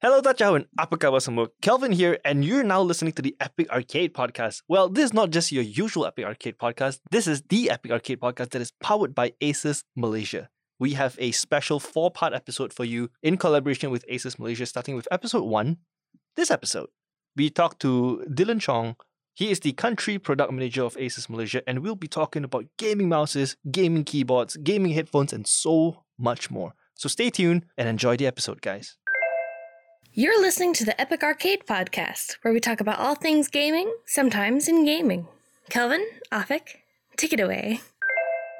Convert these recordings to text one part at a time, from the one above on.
Hello, Tachao, and Apakawasamu. Kelvin here, and you're now listening to the Epic Arcade Podcast. Well, this is not just your usual Epic Arcade Podcast. This is the Epic Arcade Podcast that is powered by Asus Malaysia. We have a special four part episode for you in collaboration with Asus Malaysia, starting with episode one. This episode, we talk to Dylan Chong. He is the country product manager of Asus Malaysia, and we'll be talking about gaming mouses, gaming keyboards, gaming headphones, and so much more. So stay tuned and enjoy the episode, guys. You're listening to the Epic Arcade Podcast, where we talk about all things gaming, sometimes in gaming. Kelvin, Afik, take it away.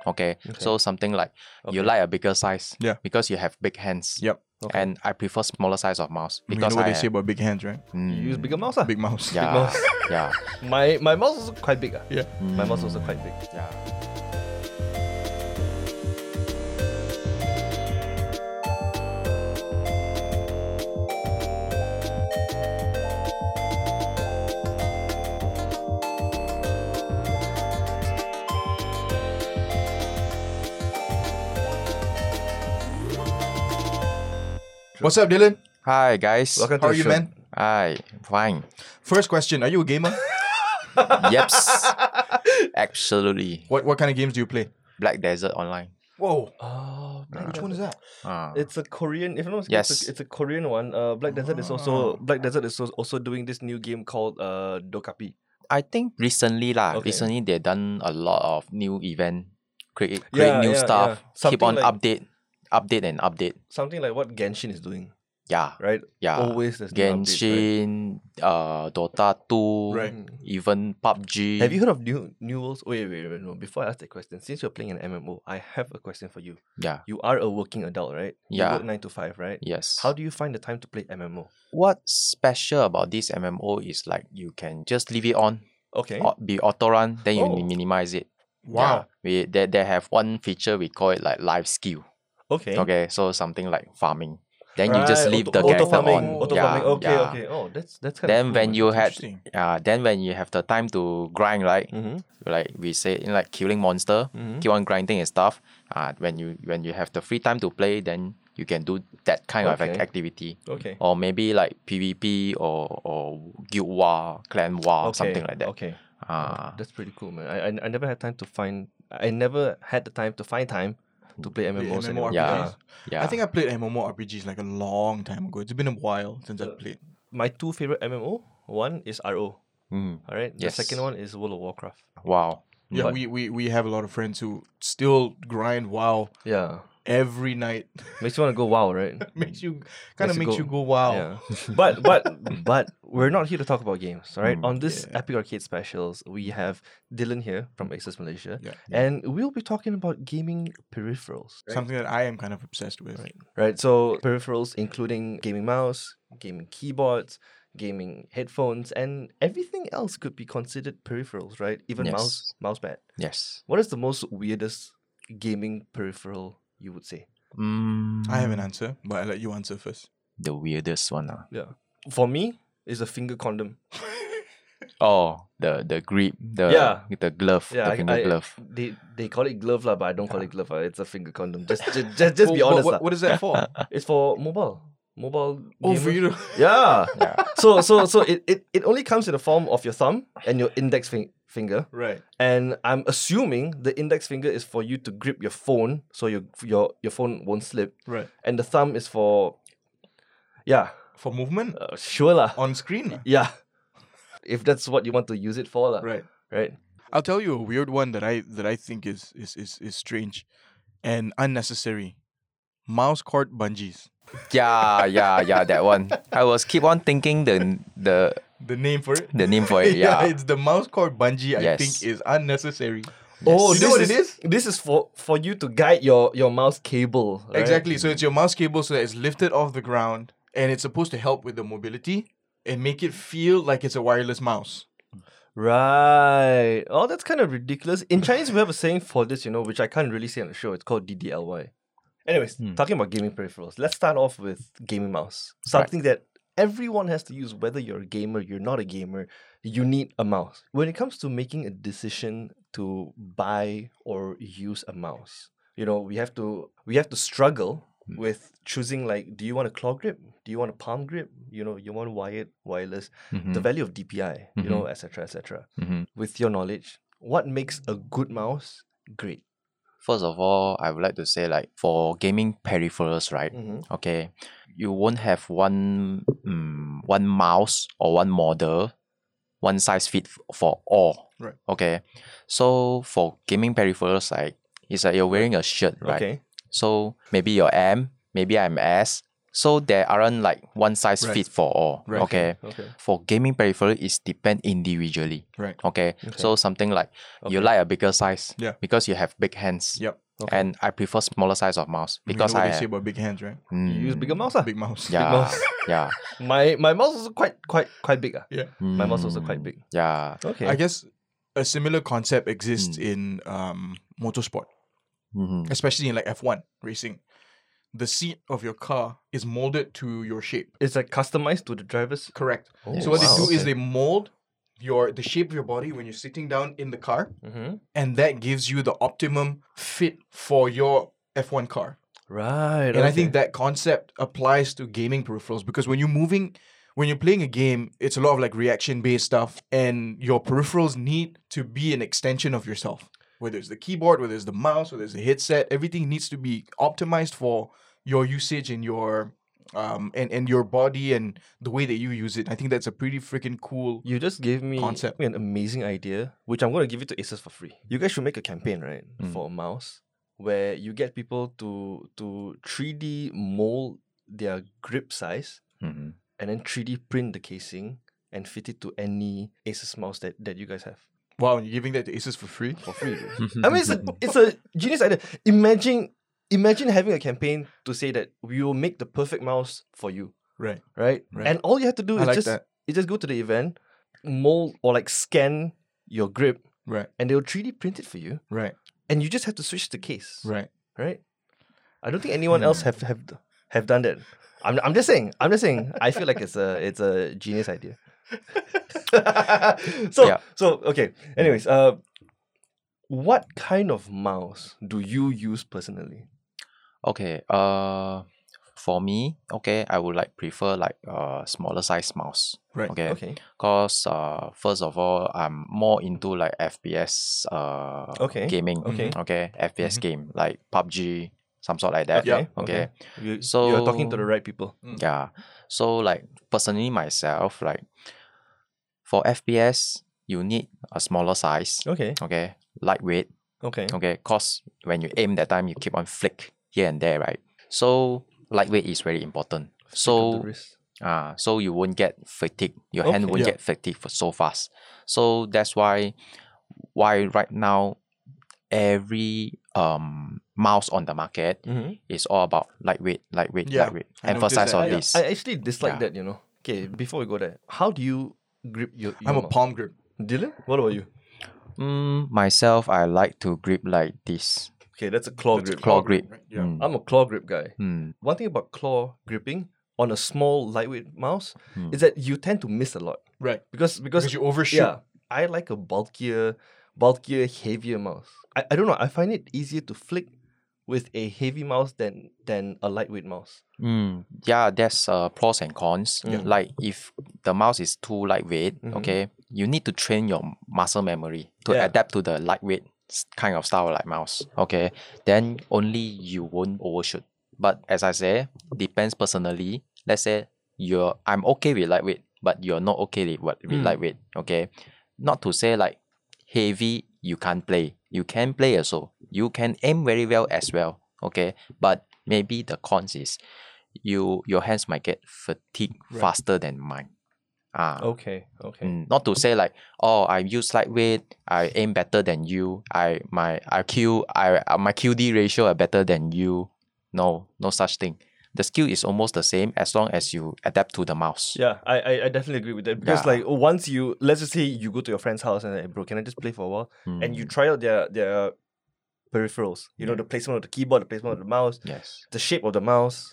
Okay. So something like you Okay. like a bigger size. Yeah. Because you have big hands. Yep. Okay. And I prefer smaller size of Mm, mouse You know because what I mm, they say about big hands, right? You use bigger mouse, ah? Big mouse. yeah, mouse. yeah, My my mouse is also quite big. ah. Yeah. My mouse is also quite big. yeah. What's up, Dylan? Hi guys. Welcome to How the are you, show. man? Hi, fine. First question: Are you a gamer? Yeps. Absolutely. what What kind of games do you play? Black Desert Online. Whoa! Oh, Which one is that? Ah. It's a Korean. If I'm not mistaken, it's, Yes. a, it's a Korean one. Uh, Black Desert is Ah. also Black Desert is also- also doing this new game called uh Dokapi. I think recently lah. Okay. Recently they done a lot of new event, create create Yeah, new yeah, stuff, yeah. keep Something on like- update, update and update. Something like what Genshin is doing, Yeah, right? yeah. Always there's new updates, Genshin, uh, Dota two, Right. even PUBG. right? Have you heard of New New Worlds? Wait, wait, wait, no. Before I ask that question, since you're playing an MMO, I have a question for you. Yeah. You are a working adult, right? You Yeah. work nine to five, right? Yes. How do you find the time to play MMO? What's special about this MMO is like you can just leave it on, Okay. au- be auto run, then you Oh. minimize it. Wow. Yeah. We they, they have one feature we call it like life skill. Okay. Okay, so something like farming. Then you just Right, leave auto- the auto character farming, on. Auto yeah, farming. Okay, yeah. okay. Oh, that's that's kind Then of when you had Interesting. yeah, then when you have the time to grind, right? hmm Like we say, like killing monster, Mm-hmm. keep on grinding and stuff. Uh, when you when you have the free time to play, then you can do that kind of ac- Okay. activity. Okay. or maybe like PvP or or guild war, clan war, okay. something like that. Okay. Ah, That's pretty cool, man. I, I I never had time to find. I never had the time to find time to play MMOs. anymore. MMORPGs. Yeah. yeah. I think I played MMORPGs like a long time ago. It's been a while since I played. My two favorite MMO. One is RO. Mm, All right. Yes. The second one is World of Warcraft. wow. Yeah, But- we, we we have a lot of friends who still grind WoW Yeah. every night. Makes you want to go wow, right? makes you kind Makes of you makes go- you go wow. Yeah. Oh. but but but we're not here to talk about games, all right? On this Mm, yeah. Epic Arcade specials, we have Dylan here from Asus Malaysia, Yeah. and we'll be talking about gaming peripherals. Right? Something that I am kind of obsessed with. right? So peripherals including gaming mouse, gaming keyboards, gaming headphones, and everything else could be considered peripherals, right? Even mouse mouse pad. Yes. What is the most weirdest gaming peripheral you would say? Mm, I have an answer, but I'll let you answer first. The weirdest one. ah. Yeah. For me, is a finger condom. Oh, the the grip, the Yeah. the glove, Yeah, the I- finger I- glove. They they call it glove lah, but I don't call it glove. lah. It's a finger condom. Just just just, just be Oh, honest uh, what, lah. what, what is that for? It's for mobile. Mobile. oh, for gamers. you to Yeah. Yeah. So so so it, it, it only comes in the form of your thumb and your index fin- finger. right. and I'm assuming the index finger is for you to grip your phone so your your your phone won't slip, Right. and the thumb is for, yeah, For movement uh, sure lah, on screen. lah. yeah, if that's what you want to use it for lah, Right. right? I'll tell you a weird one that I that I think is is is, is strange and unnecessary. Mouse cord bungees. yeah, yeah, yeah. That one. I was keep on thinking the the The name for it? the name for it. Yeah. it's the mouse cord bungee I Yes. think is unnecessary. Oh, You this know what is, it This is for for you to guide your your mouse cable. right? Exactly. So it's your mouse cable so that it's lifted off the ground and it's supposed to help with the mobility and make it feel like it's a wireless mouse. Right. Oh, that's kind of ridiculous. In Chinese, we have a saying for this, you know, which I can't really say on the show. It's called DDLY. Anyways, Hmm. talking about gaming peripherals, let's start off with gaming mouse. Something that everyone has to use, whether you're a gamer, you're not a gamer, you need a mouse. When it comes to making a decision to buy or use a mouse, you know, we have to we have to struggle with choosing like, do you want a claw grip? Do you want a palm grip? You know, you want wired, wireless. Mm-hmm, The Hmm. value of DPI, you know, etc., etc. Mhm. With your knowledge, what makes a good mouse great? First of all, I would like to say like for gaming peripherals, right? Mhm. Okay, you won't have one mm, one mouse or one model, one size fit f- for all. Right. Okay, so for gaming peripherals, like it's like you're wearing a shirt, right? Okay. So maybe you're M, maybe I'm S. So there aren't like one size Right. fit for all. Right. Okay. Okay. For gaming peripheral, it's depend individually. Right. Okay. Okay. So something like you Okay. like a bigger size. Yeah. Because you have big hands. Yep. Okay. And I prefer smaller size of mouse because you I know what they say have, about big hands, right? You use Mm, bigger mouse, ah? Big mouse. Yeah. mouse. yeah. My my mouse is quite quite quite big. Ah. My mouse also quite Mm, big. Yeah. Okay. I guess a similar concept exists in um, motorsport, Mm-hmm. Mhm. especially in like F1 racing. The seat of your car is molded to your shape. it's like customized to the drivers. Correct. Oh, so what wow, they do is okay. they mold your the shape of your body when you're sitting down in the car, Mhm. and that gives you the optimum fit for your F1 car. Right. And I think that concept applies to gaming peripherals because when you're moving, when you're playing a game, it's a lot of like reaction based stuff, and your peripherals need to be an extension of yourself. Whether it's the keyboard, whether it's the mouse, whether it's the headset, everything needs to be optimized for your usage and your um and, and your body and the way that you use it. I think that's a pretty freaking cool You just gave me, Concept. an amazing idea, which I'm going to give it to Asus for free. You guys should make a campaign, right, Mm. for a mouse where you get people to to 3D mold their grip size Mhm. and then 3D print the casing and fit it to any Asus mouse that, that you guys have Wow, you're giving that to Asus for free? for free. dude. Mm-hmm. I mean, it's a, it's a genius idea. Imagine imagine having a campaign to say that we will make the perfect mouse for you, Right. right? Right. And all you have to do I is like just that. you just go to the event, mold or like scan your grip Right. and they'll 3D print it for you, Right. and you just have to switch the case, Right. right? I don't think anyone else have have have done that. I'm, I'm just saying. I'm just saying. I feel like it's a it's a genius idea. so Yeah. so okay. Anyways, uh, what kind of mouse do you use personally? Okay. Uh, for me, okay, I would like prefer like uh smaller size mouse. Right. Okay. Okay. Cause uh, first of all, I'm more into like FPS uh Okay. gaming. Okay. Mm-hmm. Okay. FPS Mhm. game like PUBG, some sort like that. Okay, Okay. You, So- you're talking to the right people. Yeah. So like personally myself, like for FPS, you need a smaller size. Okay. Okay. Lightweight. Okay. Okay. Cause when you aim that time, you keep on flick here and there, right? So lightweight is very important. Pick up the So wrist. Ah, so you won't get fatigue. Your hand Okay. won't Yeah. get fatigued for so fast. So that's why, why right now, every um mouse on the market Mhm. is all about lightweight, lightweight, Yeah, lightweight. I noticed Emphasize that. on I, this. I actually dislike Yeah. that. You know. Okay. Before we go there, how do you grip your? your I'm a mouse? palm grip. Dylan, what about you? Mm, myself, I like to grip like this Okay, that's a claw That's grip. claw grip. right? Yeah. Mm, I'm a claw grip guy. mm, One thing about claw gripping on a small lightweight mouse Mm. is that you tend to miss a lot Right. because Hmm. because, Because you overshoot. yeah, I like a bulkier, bulkier, heavier mouse. I, I don't know. I find it easier to flick with a heavy mouse than than a lightweight mouse. mm. Yeah, there's uh, pros and cons. Yeah. Like if the mouse is too lightweight, Mhm. okay, you need to train your m- muscle memory to Yeah. adapt to the lightweight s- kind of style like mouse. Okay, then only you won't overshoot. But as I say, depends personally. Let's say you're I'm okay with lightweight, but you're not okay with, what- with Mm. lightweight. Okay, not to say like heavy you can't play. You can play also. You can aim very well as well. Okay, but maybe the cons is you your hands might get fatigued Right. faster than mine. Ah, Okay, okay. Mm, not to say like, oh, I use lightweight, I aim better than you, I my IQ, I uh, my QD ratio are better than you. No, no such thing. The skill is almost the same as long as you adapt to the mouse. Yeah, I, I I definitely agree with that because Yeah. like once you let's just say you go to your friend's house and like, bro, can I just play for a while? And you Mm, try out their their peripherals. You know the Yeah. placement of the keyboard, the placement of the mouse, yes. the shape of the mouse,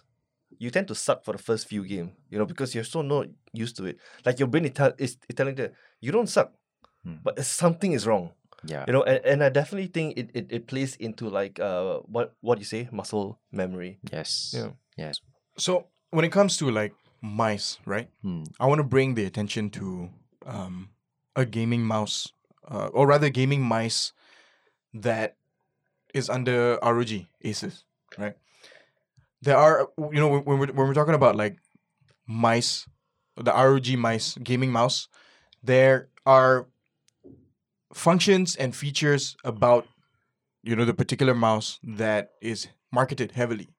you tend to suck for the first few games, you know, because you're so not used to it. Like your brain is, tell- is, is telling you, you don't suck, Mm. but there's something is wrong. Yeah. You know, and, and I definitely think it, it, it plays into like uh what what you say muscle memory. Yes. Yeah. Yes. So when it comes to like mice, right? Hmm. I want to bring the attention to um, a gaming mouse, uh, or rather gaming mice that is under ROG Asus, E right? There are, you know, when when we're, when we're talking about like mice, the ROG mice, gaming mouse, there are functions and features about, you know, the particular mouse that is marketed heavily,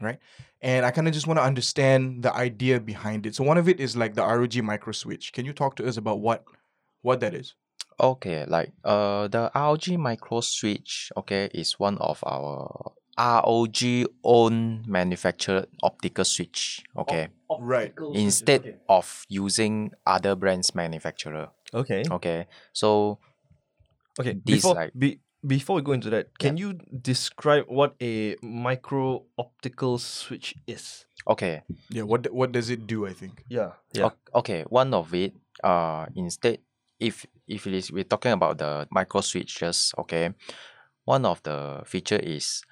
right? and I kind of just want to understand the idea behind it. So one of it is like the ROG micro switch. Can you talk to us about what what that is? Okay, like uh the ROG Micro Switch, okay, is one of our ROG own manufactured optical switch, okay. Oh, Right. Instead of using other brands manufacturer. Okay. Okay. So Okay. These, before like- be, before we go into that, can you describe what a micro optical switch is? okay. Yeah. What d- what does it do? I think. Yeah. O- okay, one of it, uh, instead, if if it is we're talking about the micro switches, okay, one of the feature is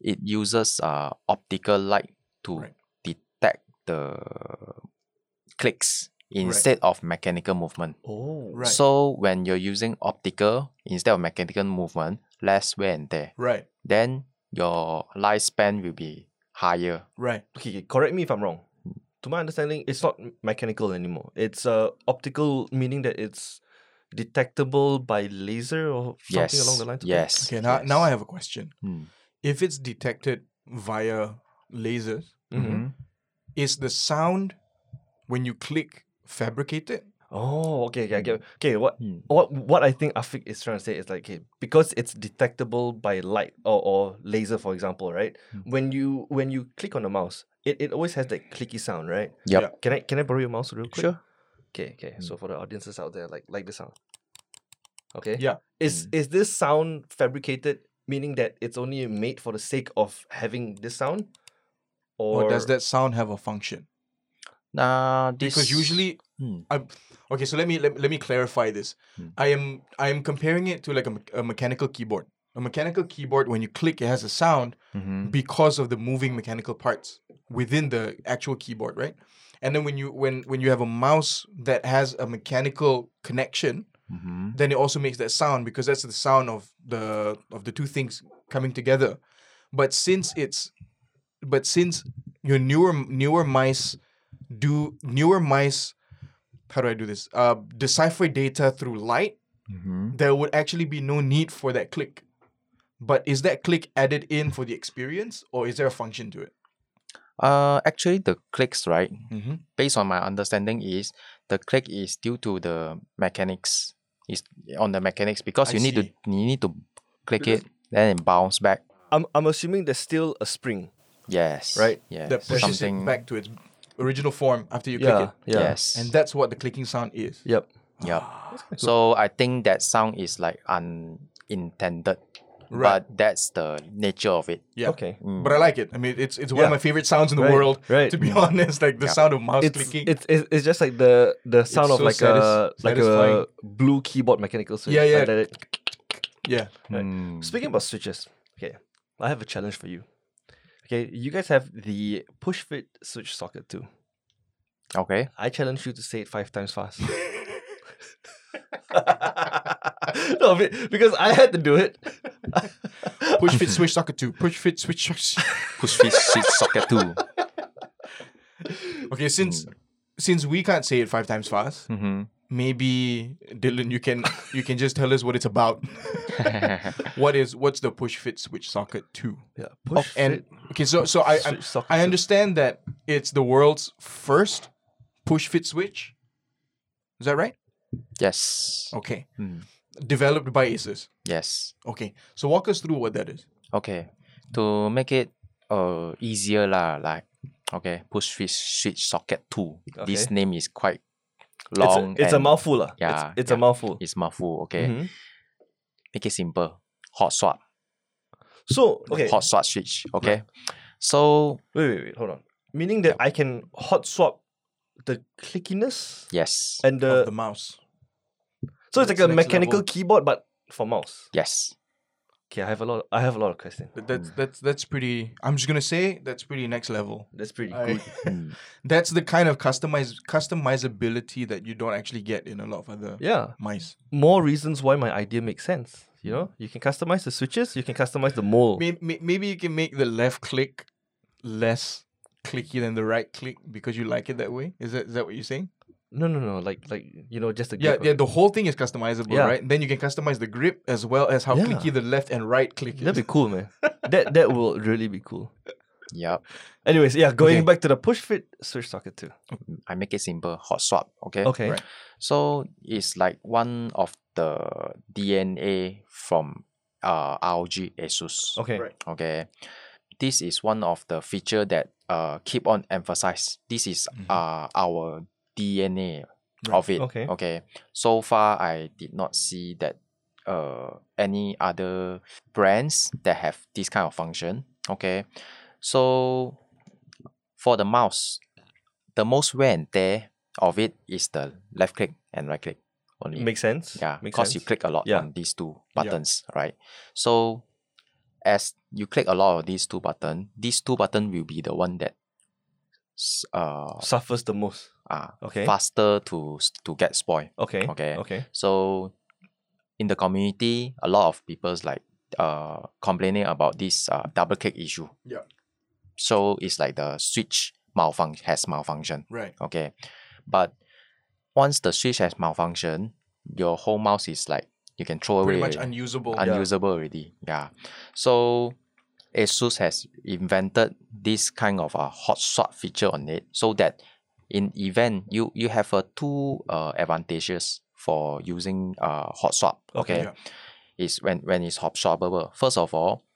it uses uh optical light to Right. detect the clicks instead of mechanical movement. Oh. Right. So when you're using optical instead of mechanical movement, less wear and tear. Right. Then your lifespan will be higher. Right. Okay, okay, correct me if I'm wrong. To my understanding, it's not m- mechanical anymore. It's uh, optical, meaning that it's detectable by laser or something yes. along the lines. Yes. Okay. Now now I yes. have a question. Mm. If it's detected via lasers, Mm-hmm. Mhm. is the sound when you click fabricated? Oh, okay, okay, I get- okay. What Mm. Hmm. what what I think Afik is trying to say is like, okay, because it's detectable by light or, or laser, for example, right? Hmm. Mm. When you when you click on the mouse, it, it always has that clicky sound, right? Yep. Yeah. Can I can I borrow your mouse real quick? Sure. Okay, okay. Mm. So for the audiences out there, like like the sound. Okay. Yeah. Mm. Is is this sound fabricated, meaning that it's only made for the sake of having this sound, Or, does that sound have a function? Nah, this Because usually Hmm. I'm okay. So let me let, let me clarify this. Hmm. I am I am comparing it to like a, me- a mechanical keyboard. A mechanical keyboard, when you click, it has a sound Mhm. because of the moving mechanical parts within the actual keyboard, right? And then when you when when you have a mouse that has a mechanical connection, Mhm. then it also makes that sound because that's the sound of the of the two things coming together. But since it's but since your newer newer mice do newer mice how do I do this? Uh, decipher data through light, Mhm. there would actually be no need for that click. But is that click added in for the experience or is there a function to it? Uh, actually, the clicks, right? Mm-hmm. Based on my understanding, is the click is due to the mechanics. Is on the mechanics because I you need to see. you need to click Because- it, then it bounce back. I'm I'm assuming there's still a spring, Yes. Right. Yes. That pushes Something. it back to its original form after you click yeah, it. yeah, Yes. And that's what the clicking sound is. yep. Yep. Ah, So I think that sound is like unintended, Right. but that's the nature of it. yeah. Okay. mm. But I like it. I mean, it's it's one Yeah. of my favorite sounds in the Right, world. right. To be honest, like the Yeah. sound of mouse It's, clicking. it's it's it's just like the the sound of so like satis- a like a satisfying. blue keyboard mechanical switch. Yeah, like yeah. that. yeah. Right. Mm. Speaking about switches, okay, I have a challenge for you. Okay, you guys have the push fit switch socket too. Okay. I challenge you to say it five times fast. no, be- because I had to do it. Push fit switch socket two. Push fit switch. socket- Push fit switch socket too. Okay, since Mm. since we can't say it five times fast, Mm-hmm. Mhm. maybe Dylan, you can you can just tell us what it's about. what is what's the push fit switch socket two? yeah, push And fit. okay, so so I Switch I, socket I two. understand that it's the world's first push fit switch. Is that right? yes. Okay, Mm. developed by Asus. Yes. Okay, so walk us through what that is. Okay. To make it uh easier lah, like okay, push fit switch socket two. This Okay. name is quite It's a, long. it's a and mouthful. lah. Yeah, it's, it's a yeah. mouthful. It's mouthful. Okay. Mhm. Make it simple. Hot swap. So, okay. Hot swap switch. Okay. So Wait, wait, wait. Hold on. Meaning that I can hot swap the clickiness yes. and of the. the mouse. so it's that's like a the next mechanical level. keyboard, but for mouse. Yes. Okay, I have a lot. I have a lot of questions. That- That's that's that's pretty. I'm just gonna say that's pretty next level. That's pretty I- good. Hmm. Mm. that's the kind of customize customizability that you don't actually get in a lot of other Yeah, mice. more reasons why my idea makes sense. You know, you can customize the switches. You can customize the mold. May- may- Maybe you can make the left click less clicky than the right click because you like it that way. Is that is that what you're saying? No, no, no. Like, like you know, just a grip Yeah, of yeah. it. The whole thing is customizable, Yeah. right? Then you can customize the grip as well as how Yeah. clicky the left and right click is. That'd be cool, man. that that will really be cool. Yep. Anyways, yeah, going Okay. back to the push fit switch socket too. I make it simple. Hot swap. Okay. Okay. Right. So it's like one of the DNA from uh, ROG Asus. Okay. Right. Okay. This is one of the feature that uh keep on emphasize. This is Mhm. Ah. uh our DNA Right. of it. Okay. Okay. So far I did not see that uh any other brands that have this kind of function. Okay. So for the mouse, the most wear and tear of it is the left click and right click only. Makes sense. Yeah, Makes because you sense. click a lot Yeah. on these two Yeah. buttons, right? So as you click a lot of these two buttons, these two buttons will be the one that s- uh, Suffers the most. are Okay. faster to s- to get spoiled. Okay. Okay. Okay. So in the community, a lot of people's like uh complaining about this uh, double click issue. Yeah. So it's like the switch malfunction has malfunction. Right. Okay. But once the switch has malfunction, your whole mouse is like you can throw Pretty away much already, unusable. Oh, yeah. unusable already. Yeah. So Asus has invented this kind of a hot swap feature on it so that in event you you have a two uh, advantages for using uh hot swap. Okay, Okay. yeah. Is when when it's hot swappable. First of all,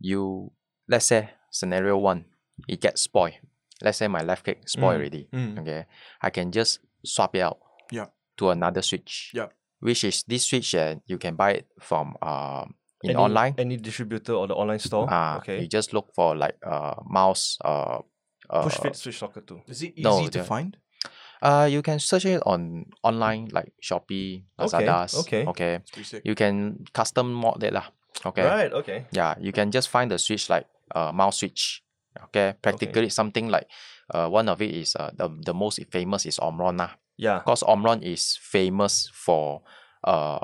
you let's say scenario one, it gets spoiled. Let's say my left click spoiled Mm, already. mm. Okay. I can just swap it out Yeah. to another switch. Yeah. Which is this switch uh, you can buy it from um in any, online. Any distributor or the online store. Ah, okay. You just look for like uh mouse uh, uh push fit switch socket too. Is it easy No, to the- find? Uh you can search it on online like Shopee, Okay, Lazada. okay. Okay. It's pretty sick. You can custom mod it lah. Okay. Right. Okay. Yeah, you can just find the switch like uh, mouse switch. Okay, practically something like uh, one of it is uh, the, the most famous is Omron. lah. Yeah. Of course, Omron is famous for uh,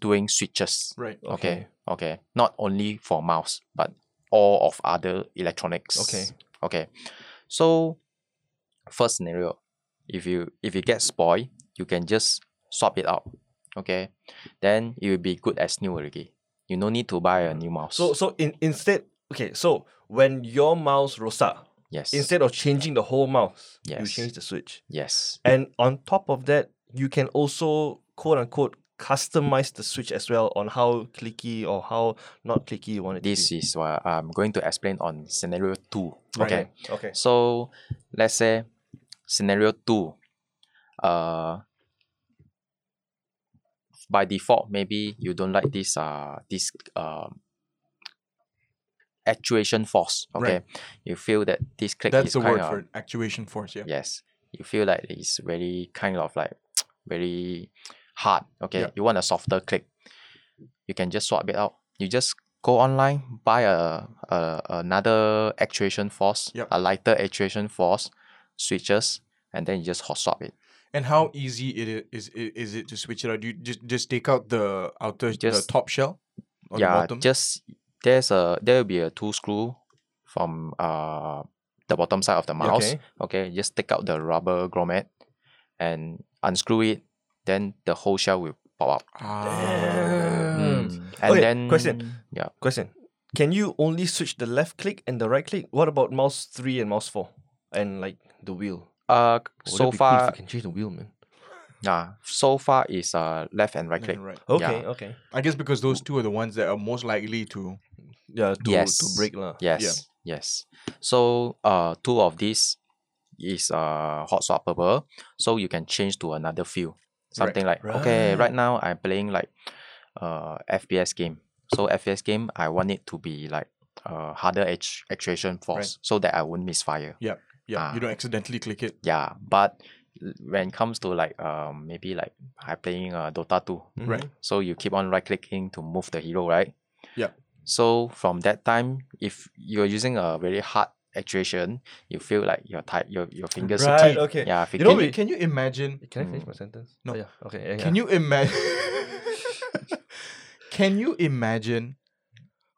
doing switches. Right. Okay. okay, not only for mouse, but all of other electronics. Okay. okay. So, first scenario, if you if you get spoiled, you can just swap it out. Okay, then it will be good as new already. You no need to buy a new mouse. So so in, instead okay so when your mouse rosa yes, instead of changing the whole mouse you Yes. change the switch yes, and on top of that you can also quote unquote customize the switch as well on how clicky or how not clicky you want it this to be. is what I'm going to explain on scenario two. Right. Okay, Okay. So let's say scenario two, uh, by default maybe you don't like this uh this um actuation force. Okay, Right. you feel that this click That's is the kind word of for it. Actuation force. Yeah. yes, you feel like it's very kind of like very hard. Okay, Yeah. you want a softer click, you can just swap it out. You just go online, buy a, a another actuation force, Yup. a lighter actuation force, switches, and then you just hot swap it. And how easy it i- is i- is it to switch it out? Do you just just take out the outer Just- the top shell or the yeah, bottom? just there's a there will be a two screw from uh the bottom side of the mouse. Okay. Okay, just take out the rubber grommet and unscrew it. Then the whole shell will pop out. ah, Mm. Mm. And Okay, then question. Yeah. Question. Can you only switch the left click and the right click? What about mouse three and mouse four? And like the wheel. Uh, Would so it be cool if far, you can change the wheel, man. yeah, so far is uh left and right left click. and right. Okay, Yeah. okay. I guess because those two are the ones that are most likely to. Yeah, to, to Yes. break lah. Yes, yes. So uh, two of these is uh hot swappable, so you can change to another field. Something like okay, Right. right now I'm playing like uh FPS game. So FPS game, I want it to be like uh harder edge actuation force, so that I won't misfire. Yeah, Ah. you don't accidentally click it. Yeah, but l- when it comes to like um maybe like I playing uh, Dota 2, Right. so you keep on right clicking to move the hero, right? Yup. So from that time, if you're using a very hard actuation, you feel like your ti- your your fingers Right, fatigue. okay. Yeah, You know, fatigue. can you imagine? Can I finish Mm. my sentence? No. Oh, yeah. Okay. Yeah, Can you imagine? can you imagine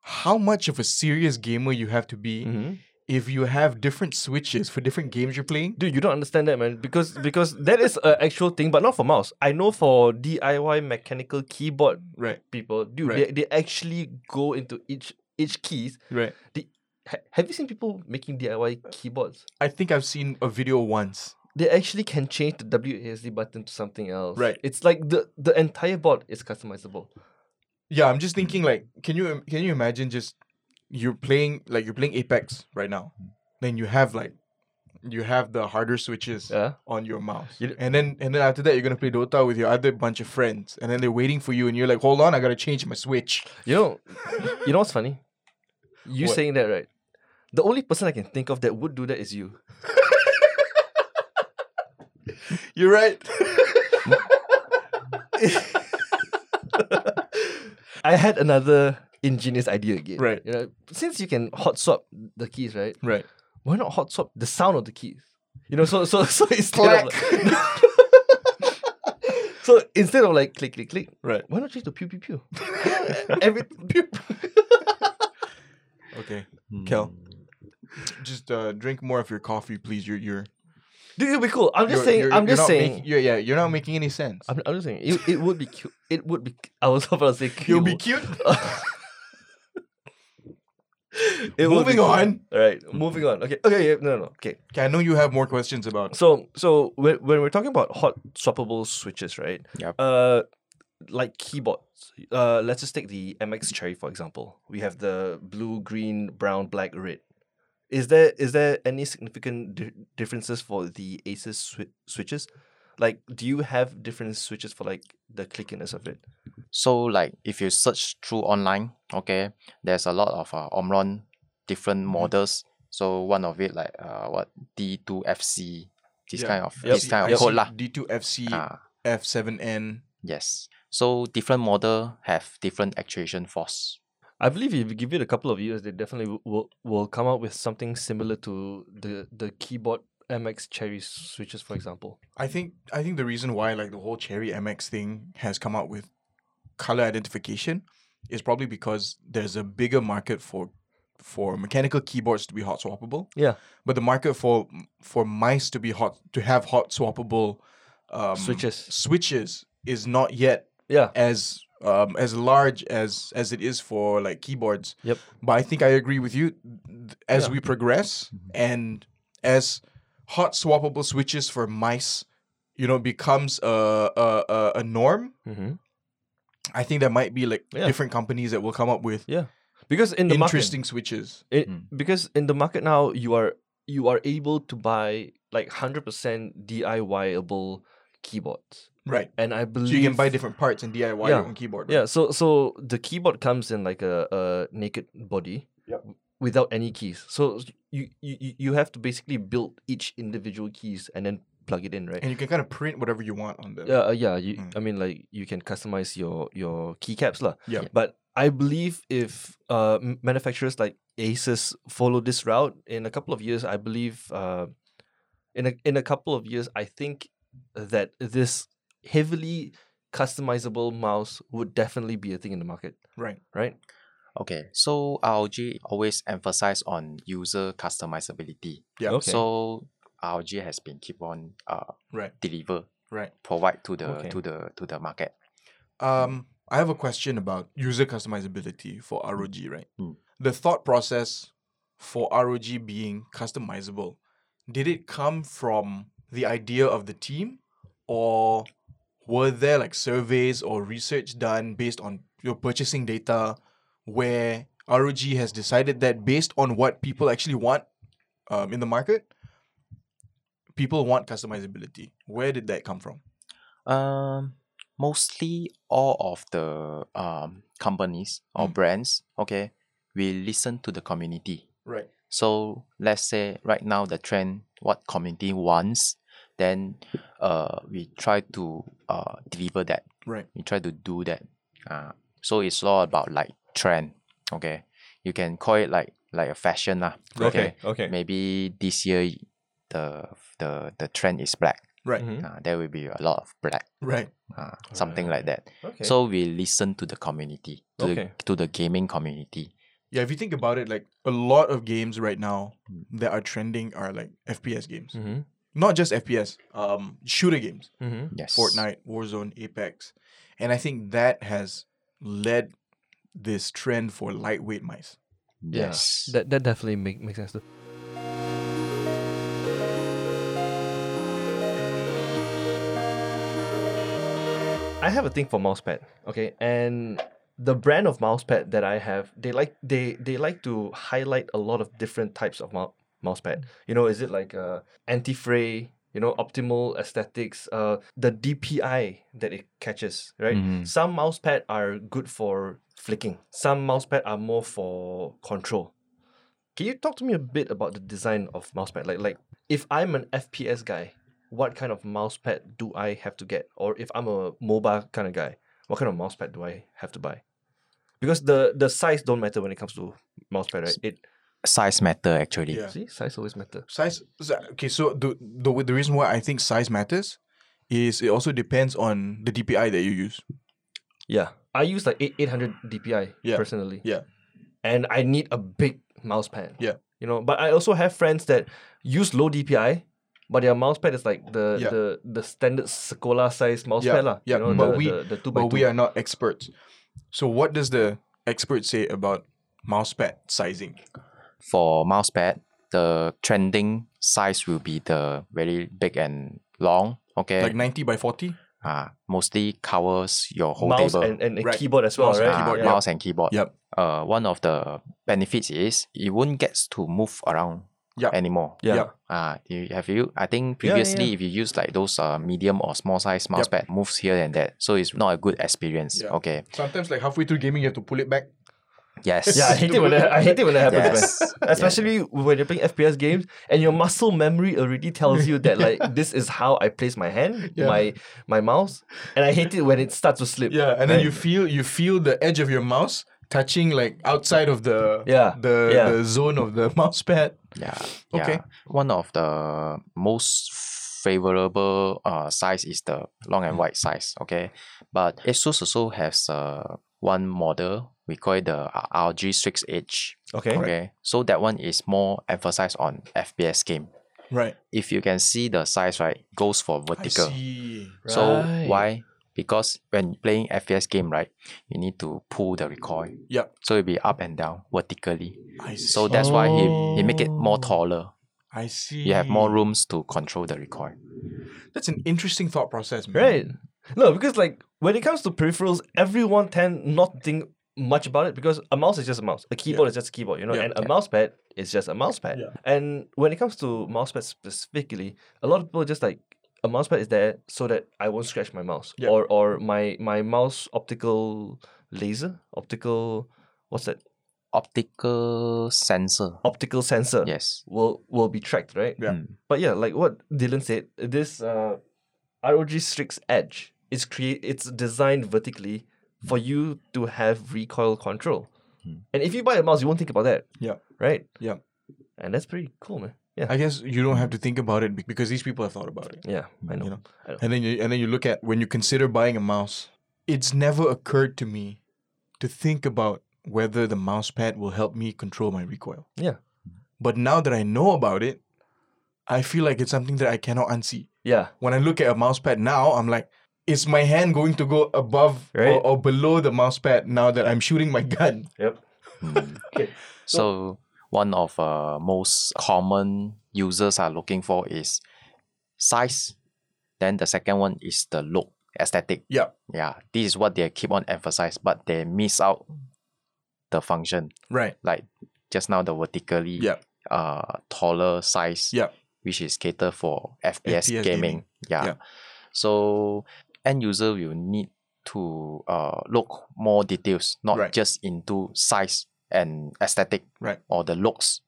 how much of a serious gamer you have to be hmm if you have different switches for different games you're playing? Dude, you don't understand that, man. Because because that is an actual thing, but not for mouse. I know for DIY mechanical keyboard Right, people, dude, Right. they, they actually go into each each keys. right. Ha- have you seen people making DIY keyboards? I think I've seen a video once. They actually can change the WASD button to something else. Right. It's like the the entire board is customizable. Yeah, I'm just thinking like, can you im- can you imagine just you're playing like you're playing Apex right now, then you have like you have the harder switches Yeah. on your mouse, You d- and then and then after that you're gonna play Dota with your other bunch of friends, and then they're waiting for you, and you're like, hold on, I gotta change my switch. You know, you know what's funny? You What? saying that, right? The only person I can think of that would do that is you. You're right. I had another ingenious idea again. Right. You know, since you can hot swap the keys, right? right. Why not hot swap the sound of the keys? You know, so so so instead of like, so instead of like click click click, Right. why not change to pew pew pew? Every pew. Okay. Kel. Just uh, drink more of your coffee, please. You're you're. Dude, it'll be cool. I'm just you're- saying. you're- I'm you're just not saying. making- you're, yeah, you're not making any sense. I'm, I'm just saying. It, it would be cute. It would be. I was about to say cute. You'll be cute. It would be Moving cute. on. All right, moving on. Okay, okay, yeah, no, no, no. okay. Okay, I know you have more questions about. So, so when, when we're talking about hot swappable switches, right? Yup. Uh, like keyboards. Uh, let's just take the MX Cherry for example. We have the blue, green, brown, black, red. Is there is there any significant di- differences for the Asus swi- switches? Like, do you have different switches for like the clickiness of it? So like if you search through online, okay, there's a lot of uh, Omron different models. So one of it like uh, what D2FC, this Yeah. kind of Yep. this kind of code lah. D2FC, Ah, F7N. yes. So different model have different actuation force. I believe if you give it a couple of years, they definitely w- will will come out with something similar to the the keyboard MX Cherry switches, for example. I think I think the reason why like the whole Cherry MX thing has come out with color identification is probably because there's a bigger market for for mechanical keyboards to be hot swappable. Yeah. But the market for for mice to be hot to have hot swappable um, Switches. switches is not yet Yeah. as um, as large as as it is for like keyboards. Yep. But I think I agree with you. th- As Yeah. Mm-hmm. we progress and as hot swappable switches for mice, you know, becomes a a, a, a norm. Mm-hmm. I think there might be like Yeah. different companies that will come up with Because in the interesting switches. market, it, Mm. because in the market now, you are you are able to buy like hundred percent DIYable keyboards, Right. and I believe So you can buy different parts and DIY Yeah. your own keyboard. right? Yeah. So so the keyboard comes in like a, a naked body. Yep. Without any keys, so s- you, you you- you have to basically build each individual keys and then plug it in, right? And you can kind of print whatever you want on the Yeah, uh, yeah. You, Mm. I mean, like you can customize your your keycaps, lah. Yeah. But I believe if uh m- manufacturers like Asus follow this route in a couple of years, I believe uh, in a in a couple of years, I think that this heavily customizable mouse would definitely be a thing in the market, Right. right? Okay. So ROG always emphasize on user customizability. Yeah. Okay. So ROG has been keep on uh, Right. deliver Right. provide to the Okay. to the to the market. Um, I have a question about user customizability for ROG, right? Mm. The thought process for ROG being customizable, did it come from the idea of the team or were there like surveys or research done based on your purchasing data where ROG has decided that based on what people actually want um, in the market, people want customizability. Where did that come from? Um, mostly all of the um companies or Mm. brands. Okay, we listen to the community. Right. So let's say right now the trend, what community wants, then uh, we try to uh, deliver that. Right. We try to do that. Uh, so it's all about like trend. Okay. You can call it like like a fashion lah. Okay. Okay. Maybe this year the the the trend is black. Right. Mhm. Uh, there will be a lot of black. Right. Uh, something like that. Okay. So we listen to the community, to, Okay. the, to the gaming community. Yeah, if you think about it, like a lot of games right now Hmm. that are trending are like FPS games. Mhm. Not just FPS, um, shooter games. Mhm. Yes. Fortnite, Warzone, Apex. And I think that has led this trend for lightweight mice. Yeah. Yes. That that definitely make, makes sense. Though. I have a thing for mousepad. Okay, and the brand of mousepad that I have, they like they they like to highlight a lot of different types of mou- mousepad. You know, is it like uh anti-fray? You know, optimal aesthetics. Uh, the DPI that it catches, right? Mhm. Some mousepad are good for flicking. Some mousepad are more for control. Can you talk to me a bit about the design of mousepad? Like, like if I'm an FPS guy, what kind of mousepad do I have to get? Or if I'm a MOBA kind of guy, what kind of mousepad do I have to buy? Because the the size don't matter when it comes to mousepad, right? It Size matter actually. Yeah. see size always matter. Size. so- Okay, so the, the the reason why I think size matters is it also depends on the DPI that you use. Yeah, I use like eight eight hundred DPI Yeah. personally. Yeah. and I need a big mouse pad. Yeah. you know. But I also have friends that use low DPI, but their mouse pad is like the Yeah. the the standard Sekola size mouse Yeah, pad lah. yeah, you know, but the, we- the, the two by But two. we are not experts. So what does the expert say about mousepad sizing? For mousepad, the trending size will be the very big and long. Eh. Okay. Like 90 by 40? uh, mostly covers your whole mouse table. and, and, and Right. keyboard as well, Mouse right? and Ah, keyboard, yeah. mouse and keyboard. Yep. Uh, one of the benefits is you won't get to move around Yep. anymore. Yeah. Yep. Uh, you, have you? I think Yeah, yeah, previously, yeah. if you use like those uh, medium or small size mouse pad, moves here and there, so it's not a good experience. Yeah. Okay. Sometimes like halfway through gaming you have to pull it back. Yes. Yeah, I hate it when that, I hate it when that happens, Yes. man. Especially when you're playing FPS games and your muscle memory already tells you that like this is how I place my hand, Yeah. my my mouse, and I hate it when it starts to slip. Yeah, and then Right. you feel you feel the edge of your mouse touching like outside of the Yeah, the, yeah. the zone of the mouse pad. Yeah. Okay. yeah. One of the most favorable uh, size is the long and wide size. Okay. But Asus also has uh, one model. We call it the RG6H. Okay. Okay. So that one is more emphasized on FPS game. Right. If you can see the size, right, goes for vertical. see. So Right. why? Because when playing FPS game, right, you need to pull the recoil. Yep. So it'll be up and down vertically. I see. So that's why he, he make it more taller I see. you have more rooms to control the recoil. That's an interesting thought process, man. Right. No, because like when it comes to peripherals, everyone tend not to think much about it because a mouse is just a mouse. A keyboard is just a keyboard, you know, Yeah. and a mouse pad is just a mouse pad. Yeah. And when it comes to mouse pad specifically, a lot of people just like a mouse pad is there so that I won't scratch my mouse. Yeah. Or or my my mouse optical laser, optical what's that? Optical sensor. Optical sensor Yes. will will be tracked, right? Yeah. Mm. But yeah, like what Dylan said, this uh, ROG Strix Edge is create it's designed vertically for you to have recoil control. Mm. And if you buy a mouse, you won't think about that. Yeah. Right? Yeah. And that's pretty cool, man. Yeah. I guess you don't have to think about it be- because these people have thought about it. yeah, I know. You know? And then you and then you look at when you consider buying a mouse, it's never occurred to me to think about whether the mouse pad will help me control my recoil. Yeah. But now that I know about it, I feel like it's something that I cannot unsee. Yeah. When I look at a mouse pad now, I'm like, is my hand going to go above Right. or, or below the mouse pad now that I'm shooting my gun? Yep. Mm. Okay, So one of uh, most common users are looking for is size. Then the second one is the look, aesthetic. Yeah. Yeah. This is what they keep on emphasize, but they miss out the function. Right. Like just now the vertically Yeah. uh taller size. Yeah. Which is catered for FPS, FPS gaming. gaming. Yeah. Yeah. So end user will need to uh look more details, not Right. just into size and aesthetic Right. or the looks.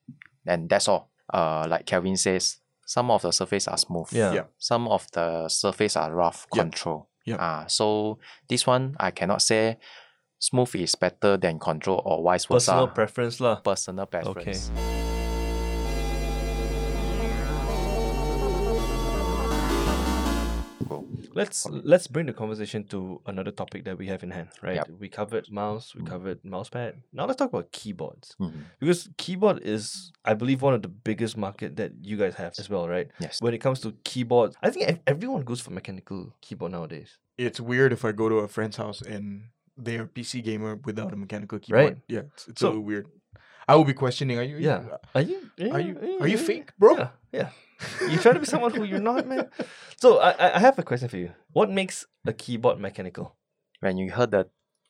And that's all. Uh like Kelvin says, Some of the surface are smooth. Yeah. Yeah. Some of the surface are rough Yup. control. Yup. Ah, so this one I cannot say smooth is better than control or vice versa. Personal preference lah. Personal preference. Go. Let's let's bring the conversation to another topic that we have in hand, right? Yup. We covered mouse, we Hmm. covered mouse pad. Now let's talk about keyboards. Mhm. Because keyboard is I believe one of the biggest market that you guys have as well, right? Yes. When it comes to keyboards, I think ev- everyone goes for mechanical keyboard nowadays. It's weird if I go to a friend's house and they're a PC gamer without a mechanical keyboard. Right. Yeah, it's, it's So- a little weird. I will be questioning. Are you? Yeah. Are you Are you? Are you fake, bro? Yeah. yeah. you try to be someone who you're not, man. So I- I, I have a question for you. What makes a keyboard mechanical? When you heard the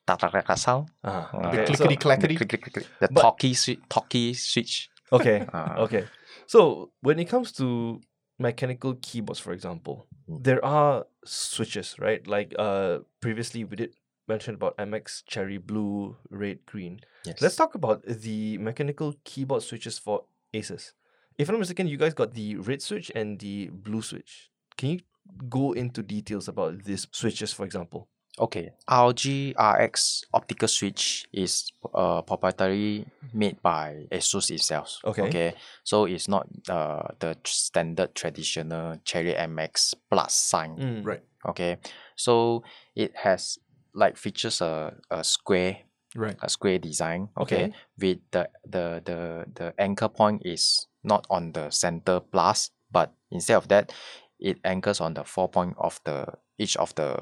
ta ta ta ta sound, Ah, Ah. okay. The so- clickety the clackety. click, click, click, click, the But- talkie switch, talkie switch. okay. Ah. Okay. So when it comes to mechanical keyboards, for example, Mm. there are switches, right? Like uh previously we did mention about MX cherry blue, red, green. Yes. Let's talk about the mechanical keyboard switches for Asus. If I'm not mistaken, you guys got the red switch and the blue switch. Can you go into details about these switches, for example? Okay, RG RX optical switch is uh, proprietary made by ASUS itself. Okay. so it's not uh, the tr- standard traditional Cherry MX plus sign. Mm. Right. Okay, so it has like features a, a square Right. a square design. Okay. Okay, with the, the the the anchor point is not on the center plus, but instead of that, it anchors on the four point of the each of the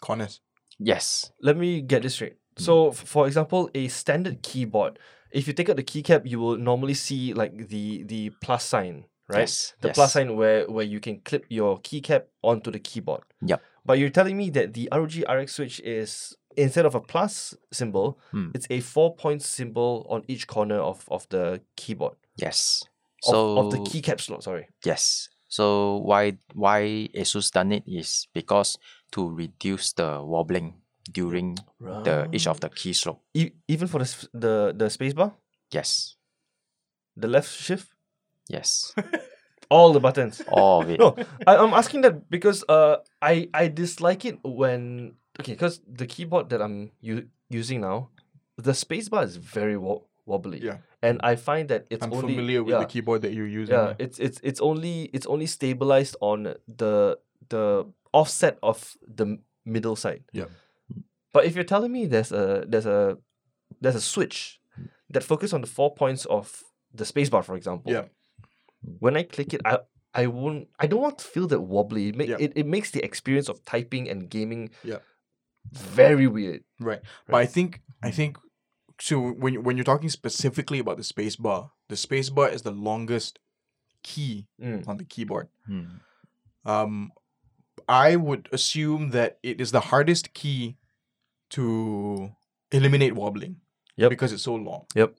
Corners. yes let me get this straight. Mm. So, f- for example, a standard keyboard, if you take out the keycap, you will normally see like the the plus sign, right? Yes, The yes. plus sign where where you can clip your keycap onto the keyboard. Yup. But you're telling me that the ROG RX switch is instead of a plus symbol, Mm. it's a four point symbol on each corner of of the keyboard. Yes. Of, So of the keycap slot, sorry. Yes. So why why ASUS done it is because to reduce the wobbling during the each of the keystroke. E- even for the s- the the spacebar, Yes. the left shift, Yes. all the buttons. All of it. no, I, I'm asking that because uh, I I dislike it when okay, because the keyboard that I'm u- using now, the spacebar is very wo- wobbly. Yeah. and I find that it's I'm only familiar with yeah, the keyboard that you're using. Yeah, it's it's it's only it's only stabilized on the the offset of the m- middle side. Yeah. but if you're telling me there's a there's a there's a switch that focus on the four points of the spacebar, for example. Yeah. When I click it, I I won't. I don't want to feel that wobbly. It, ma- Yeah. it, it makes the experience of typing and gaming Yeah. very weird. Right. But I think I think so when you- when you're talking specifically about the space bar, the space bar is the longest key Mm. on the keyboard. Hmm. Um I would assume that it is the hardest key to eliminate wobbling Yep. because it's so long. Yep.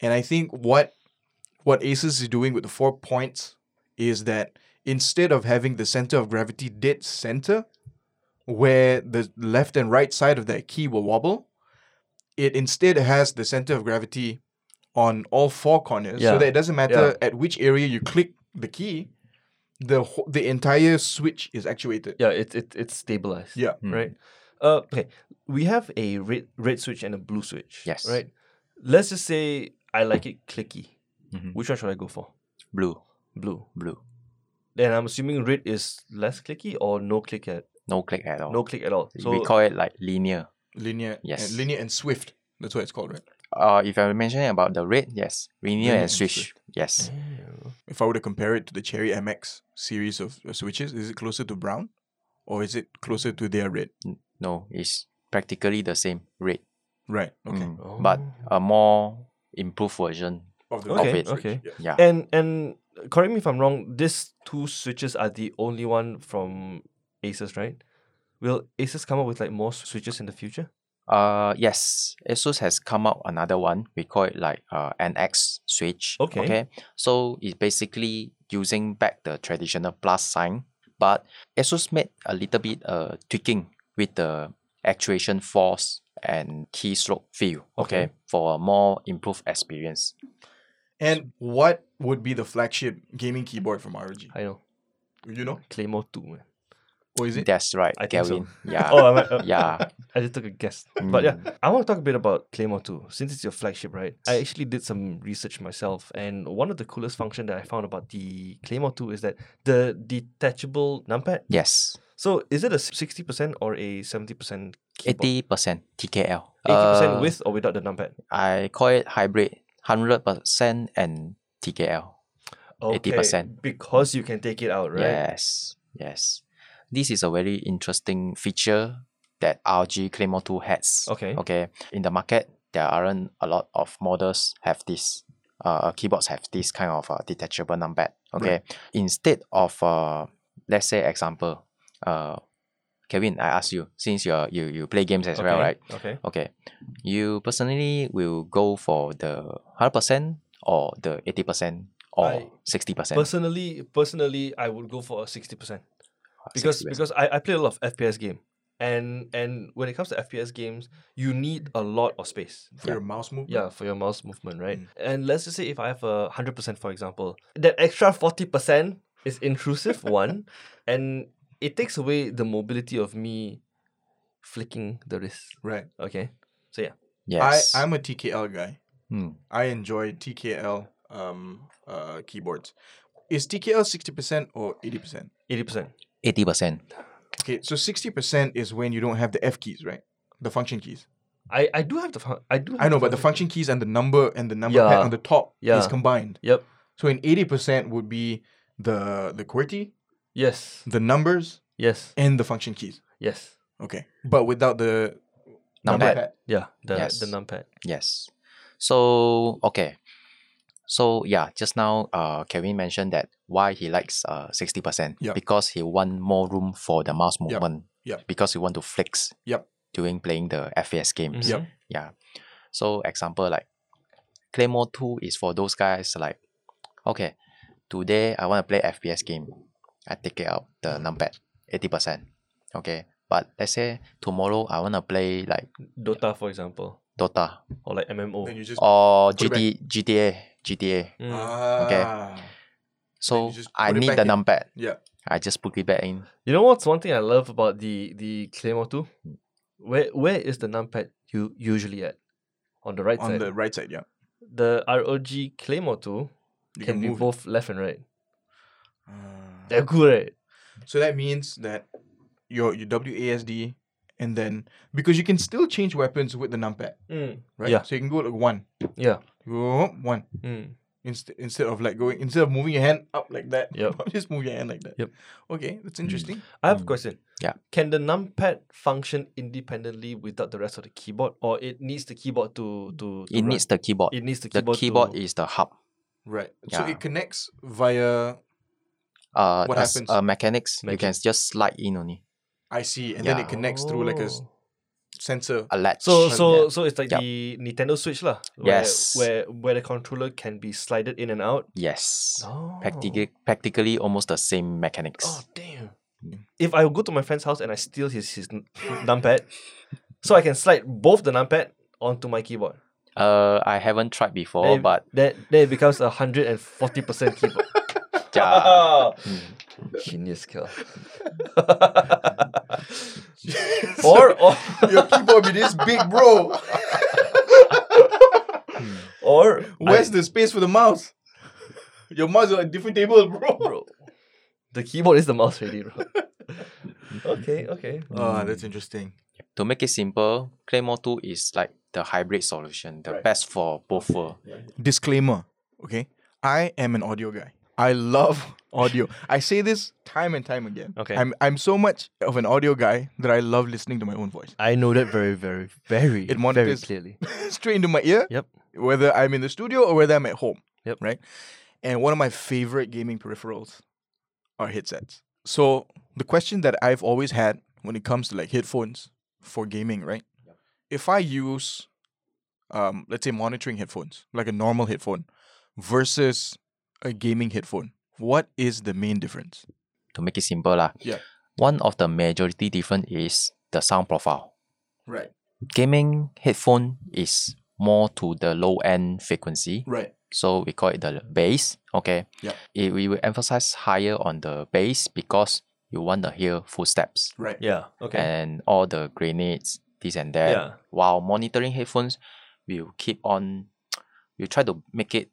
And I think what what Asus is doing with the four points is that instead of having the center of gravity dead center, where the left and right side of that key will wobble, it instead has the center of gravity on all four corners, Yeah. so that it doesn't matter at which area you click the key, the wh- the entire switch is actuated. Yeah, it, it it's stabilized. Yeah. Mm. Right. Uh, okay. We have a red red switch and a blue switch. Yes. Right. Let's just say I like it clicky. Mhm. Which one should I go for? Blue. Blue. Blue. Then I'm assuming red is less clicky or no click at No click at all. no click at all. So Oh. we call it like linear. Linear, Yes. and linear and swift. That's what it's called, right? Uh if I'm mentioning about the red, yes. Linear Linear and and switch. Yes. Mm. If I were to compare it to the Cherry MX series of uh, switches, is it closer to brown, or is it closer to their red? No, it's practically the same red. Right. Okay. Mm, But a more improved version. Of the Okay, red switch, okay. yeah. Yeah. and and correct me if I'm wrong. These two switches are the only one from Asus, right? Will Asus come up with like more switches in the future? Uh yes, ASUS has come out another one. We call it like uh, NX switch. Okay. So it's basically using back the traditional plus sign, but ASUS made a little bit uh tweaking with the actuation force and keystroke feel. Okay. For a more improved experience. And what would be the flagship gaming keyboard from ROG? I know. You know? Claymore 2, man. Or is it? That's right, I think so. Gavin. Yeah. Oh, I, I, Uh, yeah. I just took a guess. But yeah, I want to talk a bit about Claymore 2. Since it's your flagship, right? I actually did some research myself, and one of the coolest function that I found about the Claymore 2 is that the detachable numpad. Yes. So is it a 60% or a 70% keyboard? 80% TKL. 80% Uh, with or without the numpad? I call it hybrid, 100% and TKL. 80%. Because you can take it out, right? Yes, yes. This is a very interesting feature that RG Claymore 2 has. Okay. Okay. In the market, there aren't a lot of models have this. Uh, keyboards have this kind of uh, detachable numpad. Okay. Instead of uh, let's say example, uh, Kevin, I ask you since you are you you play games as well, Okay, right? Okay. Okay. You personally will go for the hundred percent or the eighty percent I- or sixty percent. Personally, personally, I would go for a sixty percent Uh, because 60%. because I, I play a lot of FPS game, and and when it comes to FPS games, you need a lot of space. For your mouse movement? Yeah, Mm. for your mouse movement, right? And let's just say if I have a hundred percent, for example, that extra forty percent is intrusive one, and it takes away the mobility of me flicking the wrist. Right. Okay, so yeah, yes. I, I'm a TKL guy. Hmm. I enjoy TKL um, uh, keyboards. Is TKL 60% or 80%? eighty percent. 80%. Okay, so 60% is when you don't have the F keys, right? The function keys. I I do have the fun- I do. Have I know, but the function keys and the number and the number Hmm. Yeah. pad on the top is Yeah. combined. Yep. So in 80% would be the the QWERTY, Yes. the numbers, Yes. and the function keys. Yes. Okay. But without the Number pad. Yeah, the Yes. the numpad. Yes. So, okay. So, yeah, just now uh, Kevin mentioned that why he likes uh, 60% Yup. because he want more room for the mouse movement Yup. because he want to flex Yup. Mm-hmm. during playing the FPS games. Mhm. Yeah. So, example like Claymore 2 is for those guys like, okay, today I want to play FPS game. I take it out the numpad, 80%. Okay. But let's say tomorrow I want to play like Mm-hmm. Dota, for example, Dota or like MMO. Then you just or put it back. GT, GTA, GTA. Mm. Ah. So just I put it need back the in. numpad. Yeah. I just put it back in. You know what's one thing I love about the the Claymore two? Where where is the numpad you usually at? On the right on side. the right side, yeah. The ROG Claymore two You can, can, be move. it. both left and right. Ah. They're cool, right? So that means that your your WASD and then because you can still change weapons with the numpad, Mm. right? Yeah. So you can go like one, Yeah. you go up, one Mm. inst- instead of like going instead of moving your hand up like that. Yep. just move your hand like that. Yep. Okay, that's interesting. I have a Mm. question. Yeah. Can the numpad function independently without the rest of the keyboard, or it needs the keyboard to to? to It run? needs the keyboard. It needs the the keyboard. keyboard to- is the hub. Right. So Yeah. it connects via Uh, What as, happens? uh mechanics. You can Magic. just slide in only IC and then Yeah. it connects through like a s- Oh. sensor. a latch. So Shut so down. so it's like Yup. the Nintendo Switch lah. Where, Yes. Where where the controller can be slided in and out. yes. Oh. Practically, practically almost the same mechanics. Oh damn. If I go to my friend's house and I steal his his n- numpad, so I can slide both the numpad onto my keyboard. Uh, I haven't tried then, before, it- but then, then it becomes a hundred and forty percent keyboard. yeah, Genius kill. or or your keyboard it is big, bro. or Where's the space for the mouse? Your mouse is on a different table, bro. bro. The keyboard is the mouse already, bro. okay, okay. Ah, that's interesting. to make it simple, Claymore 2 is like the hybrid solution, the best for both world. disclaimer okay i am an audio guy i love audio i say this time and time again Okay. i'm i'm so much of an audio guy that i love listening to my own voice I know that very, very, very, It monitors- clearly. straight into my ear Yep. whether i'm in the studio or whether i'm at home Yep. right and one of my favorite gaming peripherals are headsets so the question that i've always had when it comes to like headphones for gaming right if i use um, let's say monitoring headphones, like a normal headphone, versus a gaming headphone, what is the main difference? To make it simple, lah. Yeah. One of the majority difference is the sound profile. Right, gaming headphone is more to the low end frequency right, So we call it the base. Okay. Yup. It, we will emphasize higher on the base because you want to hear footsteps Right. Yeah. Okay. and all the grenades, this and that. Yeah. While monitoring headphones, we'll keep on we'll try to make it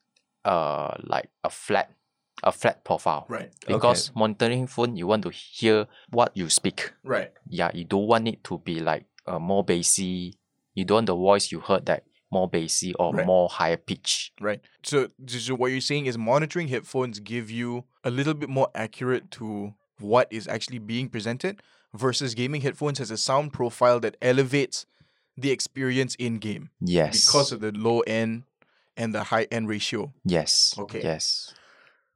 uh like a flat a flat profile. Right. Okay. Because monitoring phone you want to hear what you speak. Right. Yeah, you don't want it to be like uh, more bassy. You don't want the voice you heard that more bassy or Right. more higher pitch. Right. So, so what you're saying is monitoring headphones give you a little bit more accurate to what is actually being presented versus gaming headphones has a sound profile that elevates the experience in game Yes. because of the low end and the high end ratio. yes. Okay. Yes.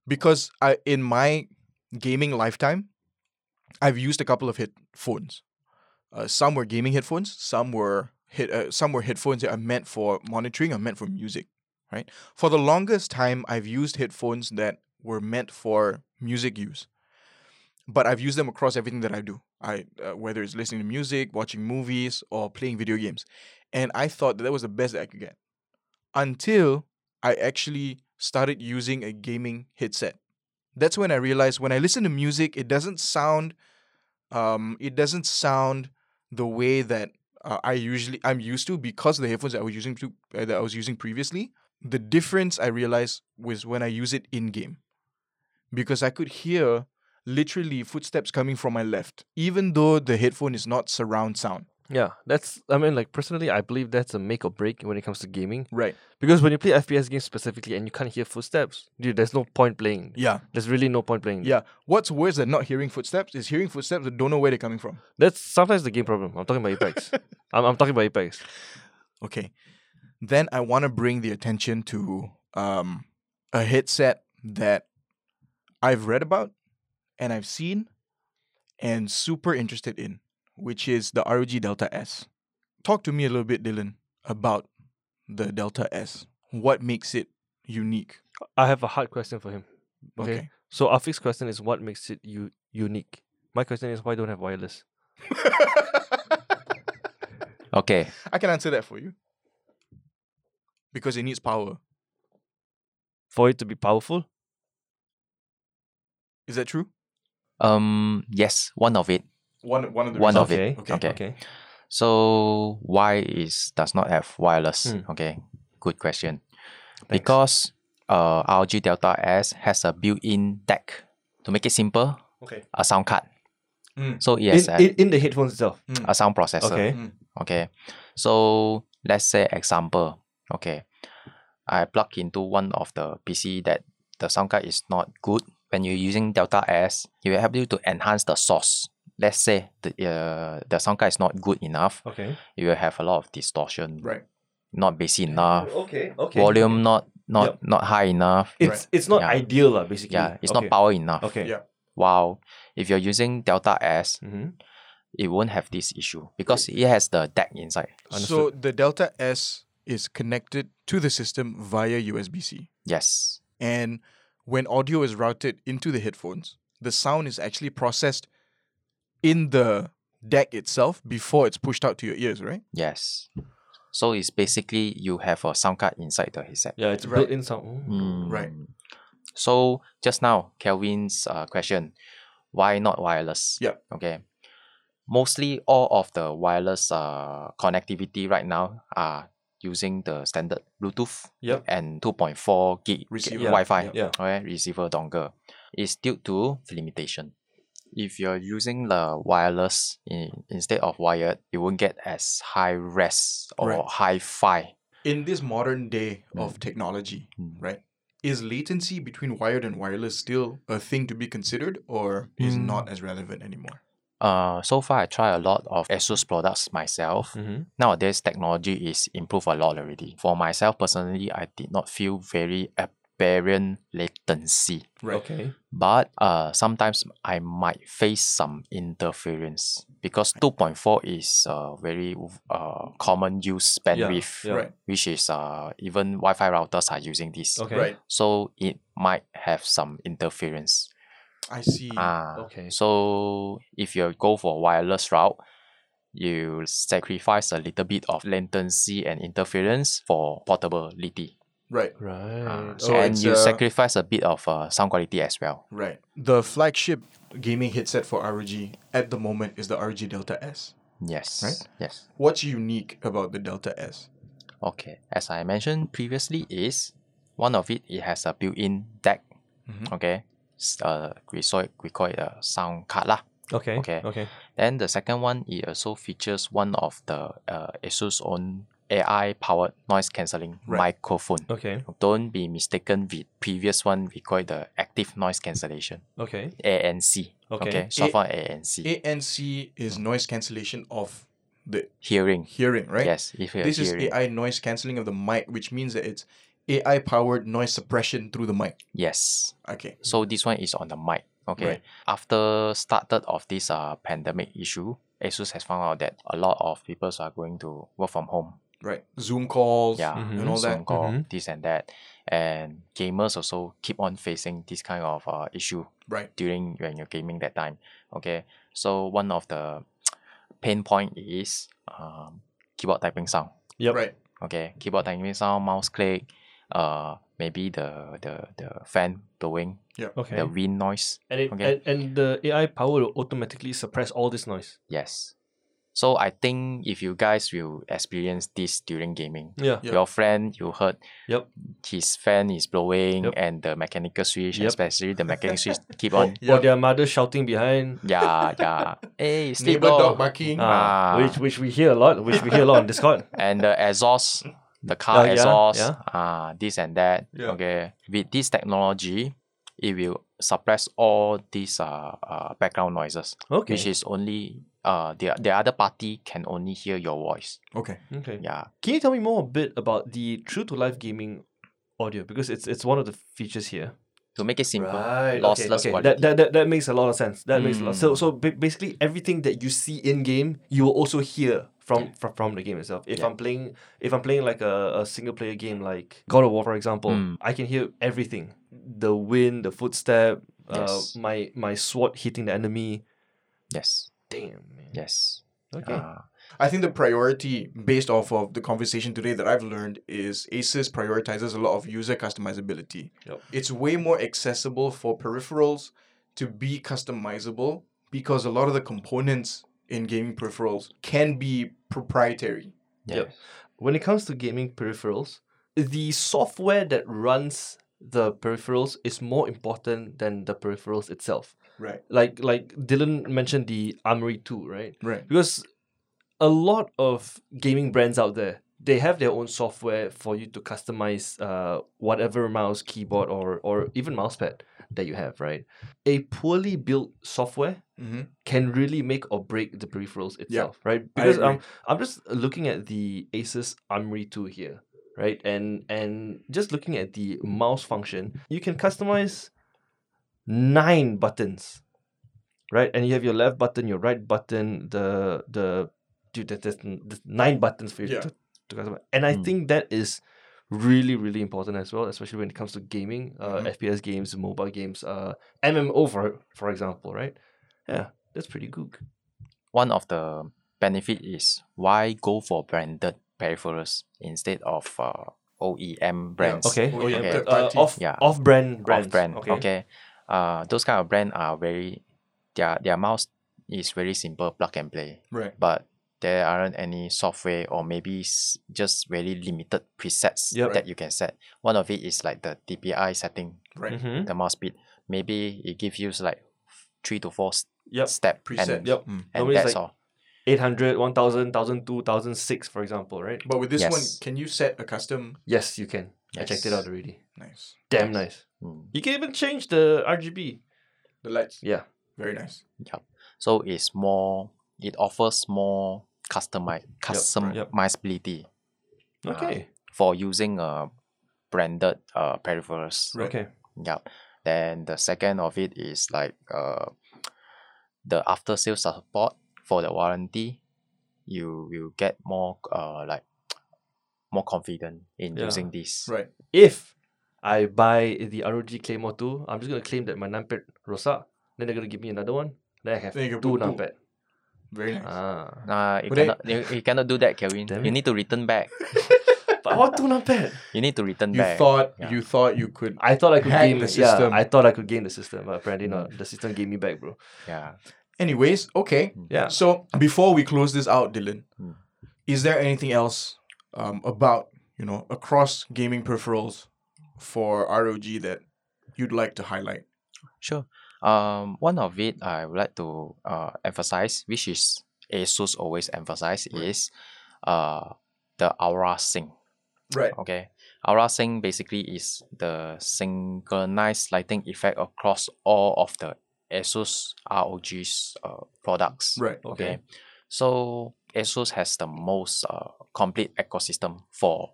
Because I in my gaming lifetime, I've used a couple of headphones. Uh, some were gaming headphones. Some were hit. Uh, some were headphones that are meant for monitoring or meant for music. Right. For the longest time, I've used headphones that were meant for music use, but I've used them across everything that I do. I uh, whether it's listening to music, watching movies, or playing video games, and I thought that that was the best that I could get until I actually started using a gaming headset. That's when I realized when I listen to music, it doesn't sound, um, it doesn't sound the way that uh, I usually I'm used to because of the headphones that I was using to, uh, that I was using previously. The difference I realized was when I use it in game, because I could hear literally footsteps coming from my left, even though the headphone is not surround sound. Yeah. That's. I mean, like personally, I believe that's a make or break when it comes to gaming. Right. Because when you play FPS games specifically and you can't hear footsteps, dude, there's no point playing. Yeah. There's really no point playing. Yeah. What's worse than not hearing footsteps is hearing footsteps that don't know where they're coming from. That's sometimes the game problem. I'm talking about Apex. I'm, I'm talking about Apex. Okay. Then I want to bring the attention to um, a headset that I've read about and I've seen and super interested in, which is the ROG Delta S. Talk to me a little bit, Dylan, about the Delta S. What makes it unique? I have a hard question for him. Okay. Okay. So our fixed question is what makes it u- unique. My question is why don't have wireless? Okay. I can answer that for you. Because it needs power. For it to be powerful? Is that true? Um yes, one of it. One, one of the One of reasons. it. Okay. Okay. So why is does not have wireless? Hmm. Okay, good question. Because uh, ROG Delta S has a built-in DAC to make it simple, Okay. a sound card. Mm. So it has In, a, in, in the headphones itself. a sound processor. Okay. Mm. Okay. So let's say example. Okay, I plug into one of the PC that the sound card is not good. When you're using Delta S, it will help you to enhance the source. Let's say the uh, the sound card is not good enough Okay. you will have a lot of distortion. Right. Not bassy enough. Okay. Okay. Volume not not Yup. not high enough. It's Right. it's not Yeah. ideal lah, basically. yeah, it's Okay. not power enough. Okay. Yeah. While if you're using Delta S, Mm-hmm. it won't have this issue because it has the DAC inside. So the Delta S is connected to the system via USB C. Yes. And when audio is routed into the headphones, the sound is actually processed in the DAC itself before it's pushed out to your ears, right? Yes. So it's basically you have a sound card inside the headset. Yeah, it's Right. built in some. Right. Mm. So just now, Kelvin's uh, question, why not wireless? Yep. Okay. Mostly all of the wireless uh, connectivity right now are using the standard Bluetooth Yep. and 2.4 gig Receiver. Yeah, Wi-Fi yeah. Okay, receiver dongle. It's due to limitation. If you're using the wireless in, instead of wired, you won't get as high res or Right. high fi. In this modern day of technology, Mm. right? Is latency between wired and wireless still a thing to be considered or is Mm. not as relevant anymore? Uh, so far I try a lot of ASUS products Mm. myself. Mm-hmm. nowadays technology is improved a lot already. For myself personally, I did not feel very apparent latency, Right. Okay. but uh, sometimes I might face some interference because 2.4 is a very uh, common use bandwidth, yeah. Right. which is uh, even Wi-Fi routers are using this. Okay. Right. So it might have some interference. I see. Ah, Hmm. Okay. So if you go for wireless route, you sacrifice a little bit of latency and interference for portability. Ah. Right. Hmm. Right. Oh, So and it's you uh, a- sacrifice a bit of uh, sound quality as well. Right. The flagship gaming headset for ROG at the moment is the ROG Delta S. Yes. Right. Yes. What's unique about the Delta S? Okay. As I mentioned previously, is one of it. It has a built-in deck. Mm-hmm. Okay. S- Uh, we saw it, we call it a sound card lah. Okay. Okay. Okay. Then the second one, it also features one of the uh, ASUS own AI-powered noise cancelling Right. microphone. Okay. Don't be mistaken with previous one. We call it the active noise cancellation Okay. ANC. Okay. Short A- for ANC. ANC is noise cancellation of the hearing. hearing, right? Yes. If you're This is hearing. AI noise cancelling of the mic, which means that it's AI powered noise suppression through the mic. Yes. Okay. So this one is on the mic. Okay. Right. After started of this uh, pandemic issue, ASUS has found out that a lot of people are going to work from home. Right. Zoom calls Yeah. mm-hmm. and all Mm-hmm. Zoom that. call, Mhm. this and that. And gamers also keep on facing this kind of uh, issue Right. during when you're gaming that time. Okay. So one of the pain point is um, keyboard typing sound. Yep. Right. Okay. Keyboard typing sound, mouse click, uh, maybe the, the, the fan blowing, Okay. the wind noise. and it okay. and, and the AI power will automatically suppress all this noise. Yes. So I think if you guys will experience this during gaming, Yeah. Yeah. your friend you heard Yep. his fan is blowing Yep. and the mechanical switch, Yep. especially the mechanical switch keep on. Or their mother shouting behind. yeah, yeah. Hey, sleep Neighbor dog dog. barking. Ah, Ah. which which we hear a lot, which we hear a lot on Discord. and the exhaust, the car yeah, exhaust, yeah. ah, this and that. Yeah. Okay. With this technology, it will suppress all these uh, uh background noises, Okay. which is only uh the the other party can only hear your voice. Okay. okay. Yeah. Can you tell me more a bit about the true to life gaming audio because it's it's one of the features here. To make it simple, Right. okay, lossless okay. quality. That, that, that, that makes a lot of sense. That makes a lot. So Mm. so ba- basically everything that you see in game, you will also hear from from, from the game itself. If Yeah. I'm playing if I'm playing like a, a single player game like God of War for example, Mm. I can hear everything. The wind, the footstep, Yes. uh, my my sword hitting the enemy. Yes. Damn. Man. Yes. Okay. Ah, I think the priority based off of the conversation today that I've learned is ASUS prioritizes a lot of user customizability. Yup. It's way more accessible for peripherals to be customizable because a lot of the components in gaming peripherals can be proprietary. Yep. when it comes to gaming peripherals, the software that runs the peripherals is more important than the peripherals itself. Right. Like like Dylan mentioned the Armory 2, right? Right. Because a lot of gaming brands out there, they have their own software for you to customize uh, whatever mouse, keyboard, or or even mousepad that you have, right? A poorly built software Mm-hmm. can really make or break the peripherals itself, right? I Because agree. um, I'm just looking at the Asus Armory 2 here, right? And and just looking at the mouse function, you can customize nine buttons, right? And you have your left button, your right button, the the dude, there- there's, n- there's nine buttons for you Yeah. Hmm. to, to customize, and I Mm. think that is really really important as well especially when it comes to gaming uh Mm-hmm. Mhm. fps games mobile games uh mmo for for example right yeah that's pretty good One of the benefit is why go for branded peripherals instead of uh, OEM brands. Okay. Oh, yeah, Okay. third Uh, party. off Yeah. off brand brands. Of brand. Okay. Okay. Uh, those kind of brand are very their their mouse is very simple plug and play, Right. but there aren't any software or maybe s- just very limited presets Yep. that you can set. One of it is like the DPI setting, Right. Mhm. the mouse speed. Maybe it gives you like three to four s- Yep. step Mm-hmm. and- Preset. Yep. Mm. and Normally it's that's like- all. 800, 1000, 1002, 1006 for example, right? But with this one, Yes. can you set a custom? Yes, you can. I checked it Yes. out already. Nice. Damn nice. Mm. You can even change the RGB. The lights. Yeah. Very nice. So it's more. It offers more customize Yep. customizability Ah. Okay. for using a branded uh, peripherals. Right. Okay. Yup. Then the second of it is like uh, the after sales support for the warranty. You will get more uh, like more confident in Yeah. using this. Right. If I buy the ROG Claymore 2, I'm just going to claim that my numpad rosak. Then they're going to give me another one. Then I have Then you can two put two. numpad. Very nice. Ah. Nah, you But then- cannot, you, you cannot do that, Kevin. Damn it. You need to return back. But Oh, tu not bad. You need to return You back. thought Yeah. you thought you could. I thought I could Hack game the it, yeah, system. I thought I could game the system, but apparently Hmm. not. The system gave me back, bro. Yeah. Anyways, okay. Yeah. So before we close this out, Dylan, Mm. is there anything else um, about you know across gaming peripherals for ROG that you'd like to highlight? Sure. Um, one of it I would like to uh, emphasize, which is ASUS always emphasize, is uh, the Aura Sync. Right. Okay. Aura Sync basically is the synchronized lighting effect across all of the ASUS ROG's uh, products. Right. Okay. So ASUS has the most uh, complete ecosystem for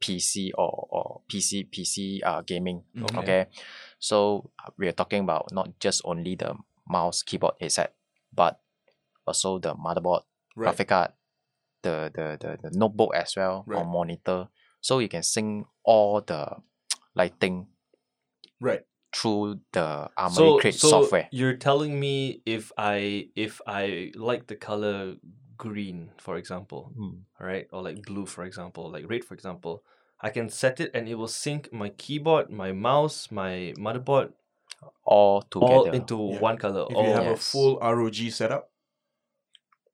PC or, or PC PC uh, gaming. Okay. Okay. So uh, we are talking about not just only the mouse, keyboard, headset, but also the motherboard, Right. graphic card, the, the, the, the notebook as well, Right. or monitor. So you can sync all the lighting Right. through the Armory so, Crate so software. you're telling me if I if I like the color green, for example, Mm. all right, or like blue, for example, like red, for example, I can set it and it will sync my keyboard, my mouse, my motherboard All together. all into Yeah. one color. If oh, you have a Yes. full ROG setup,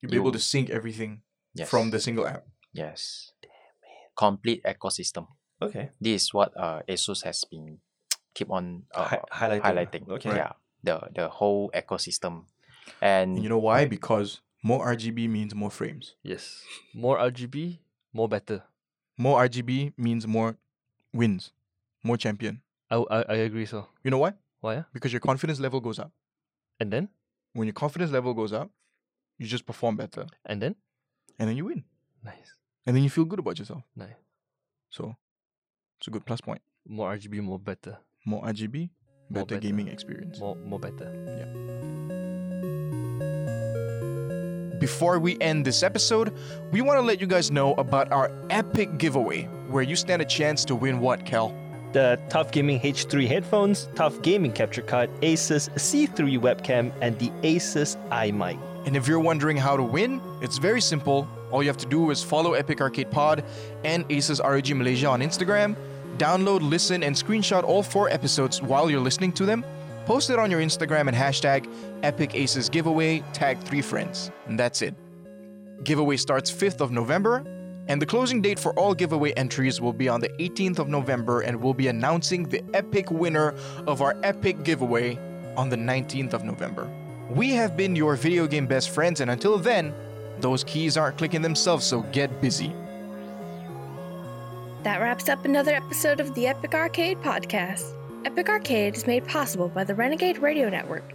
you'll be able You- to sync everything yes. from the single app. Yes. Complete ecosystem. okay, This is what uh, ASUS has been keep on uh, Hi- highlighting. highlighting. Okay, Yeah. The the whole ecosystem. And And you know why? Mm-hmm. Because more RGB means more frames. yes, more RGB, more better. More RGB means more wins, more champion. I I, I agree. So You know why? why? ah? Because your confidence level goes up. And then When your confidence level goes up, you just perform better and then and then you win. nice, And then you feel good about yourself. nice. So it's a good plus point. More RGB, more better, More RGB, More better. better, gaming experience. more more better. Before we end this episode, we want to let you guys know about our epic giveaway where you stand a chance to win what, Cal? the Tough Gaming H3 headphones, Tough Gaming capture card, Asus C3 webcam, and the Asus iMic. And if you're wondering how to win, it's very simple. All you have to do is follow Epic Arcade Pod and Aces ROG Malaysia on Instagram, download, listen, and screenshot all four episodes while you're listening to them, post it on your Instagram and hashtag Epic Aces Giveaway, tag three friends. And that's it. Giveaway starts 5th of November, and the closing date for all giveaway entries will be on the 18th of November, and we'll be announcing the epic winner of our epic giveaway on the 19th of November. We have been your video game best friends, and until then, those keys aren't clicking themselves, so get busy. That wraps up another episode of the Epic Arcade Podcast. Epic Arcade is made possible by the Renegade Radio Network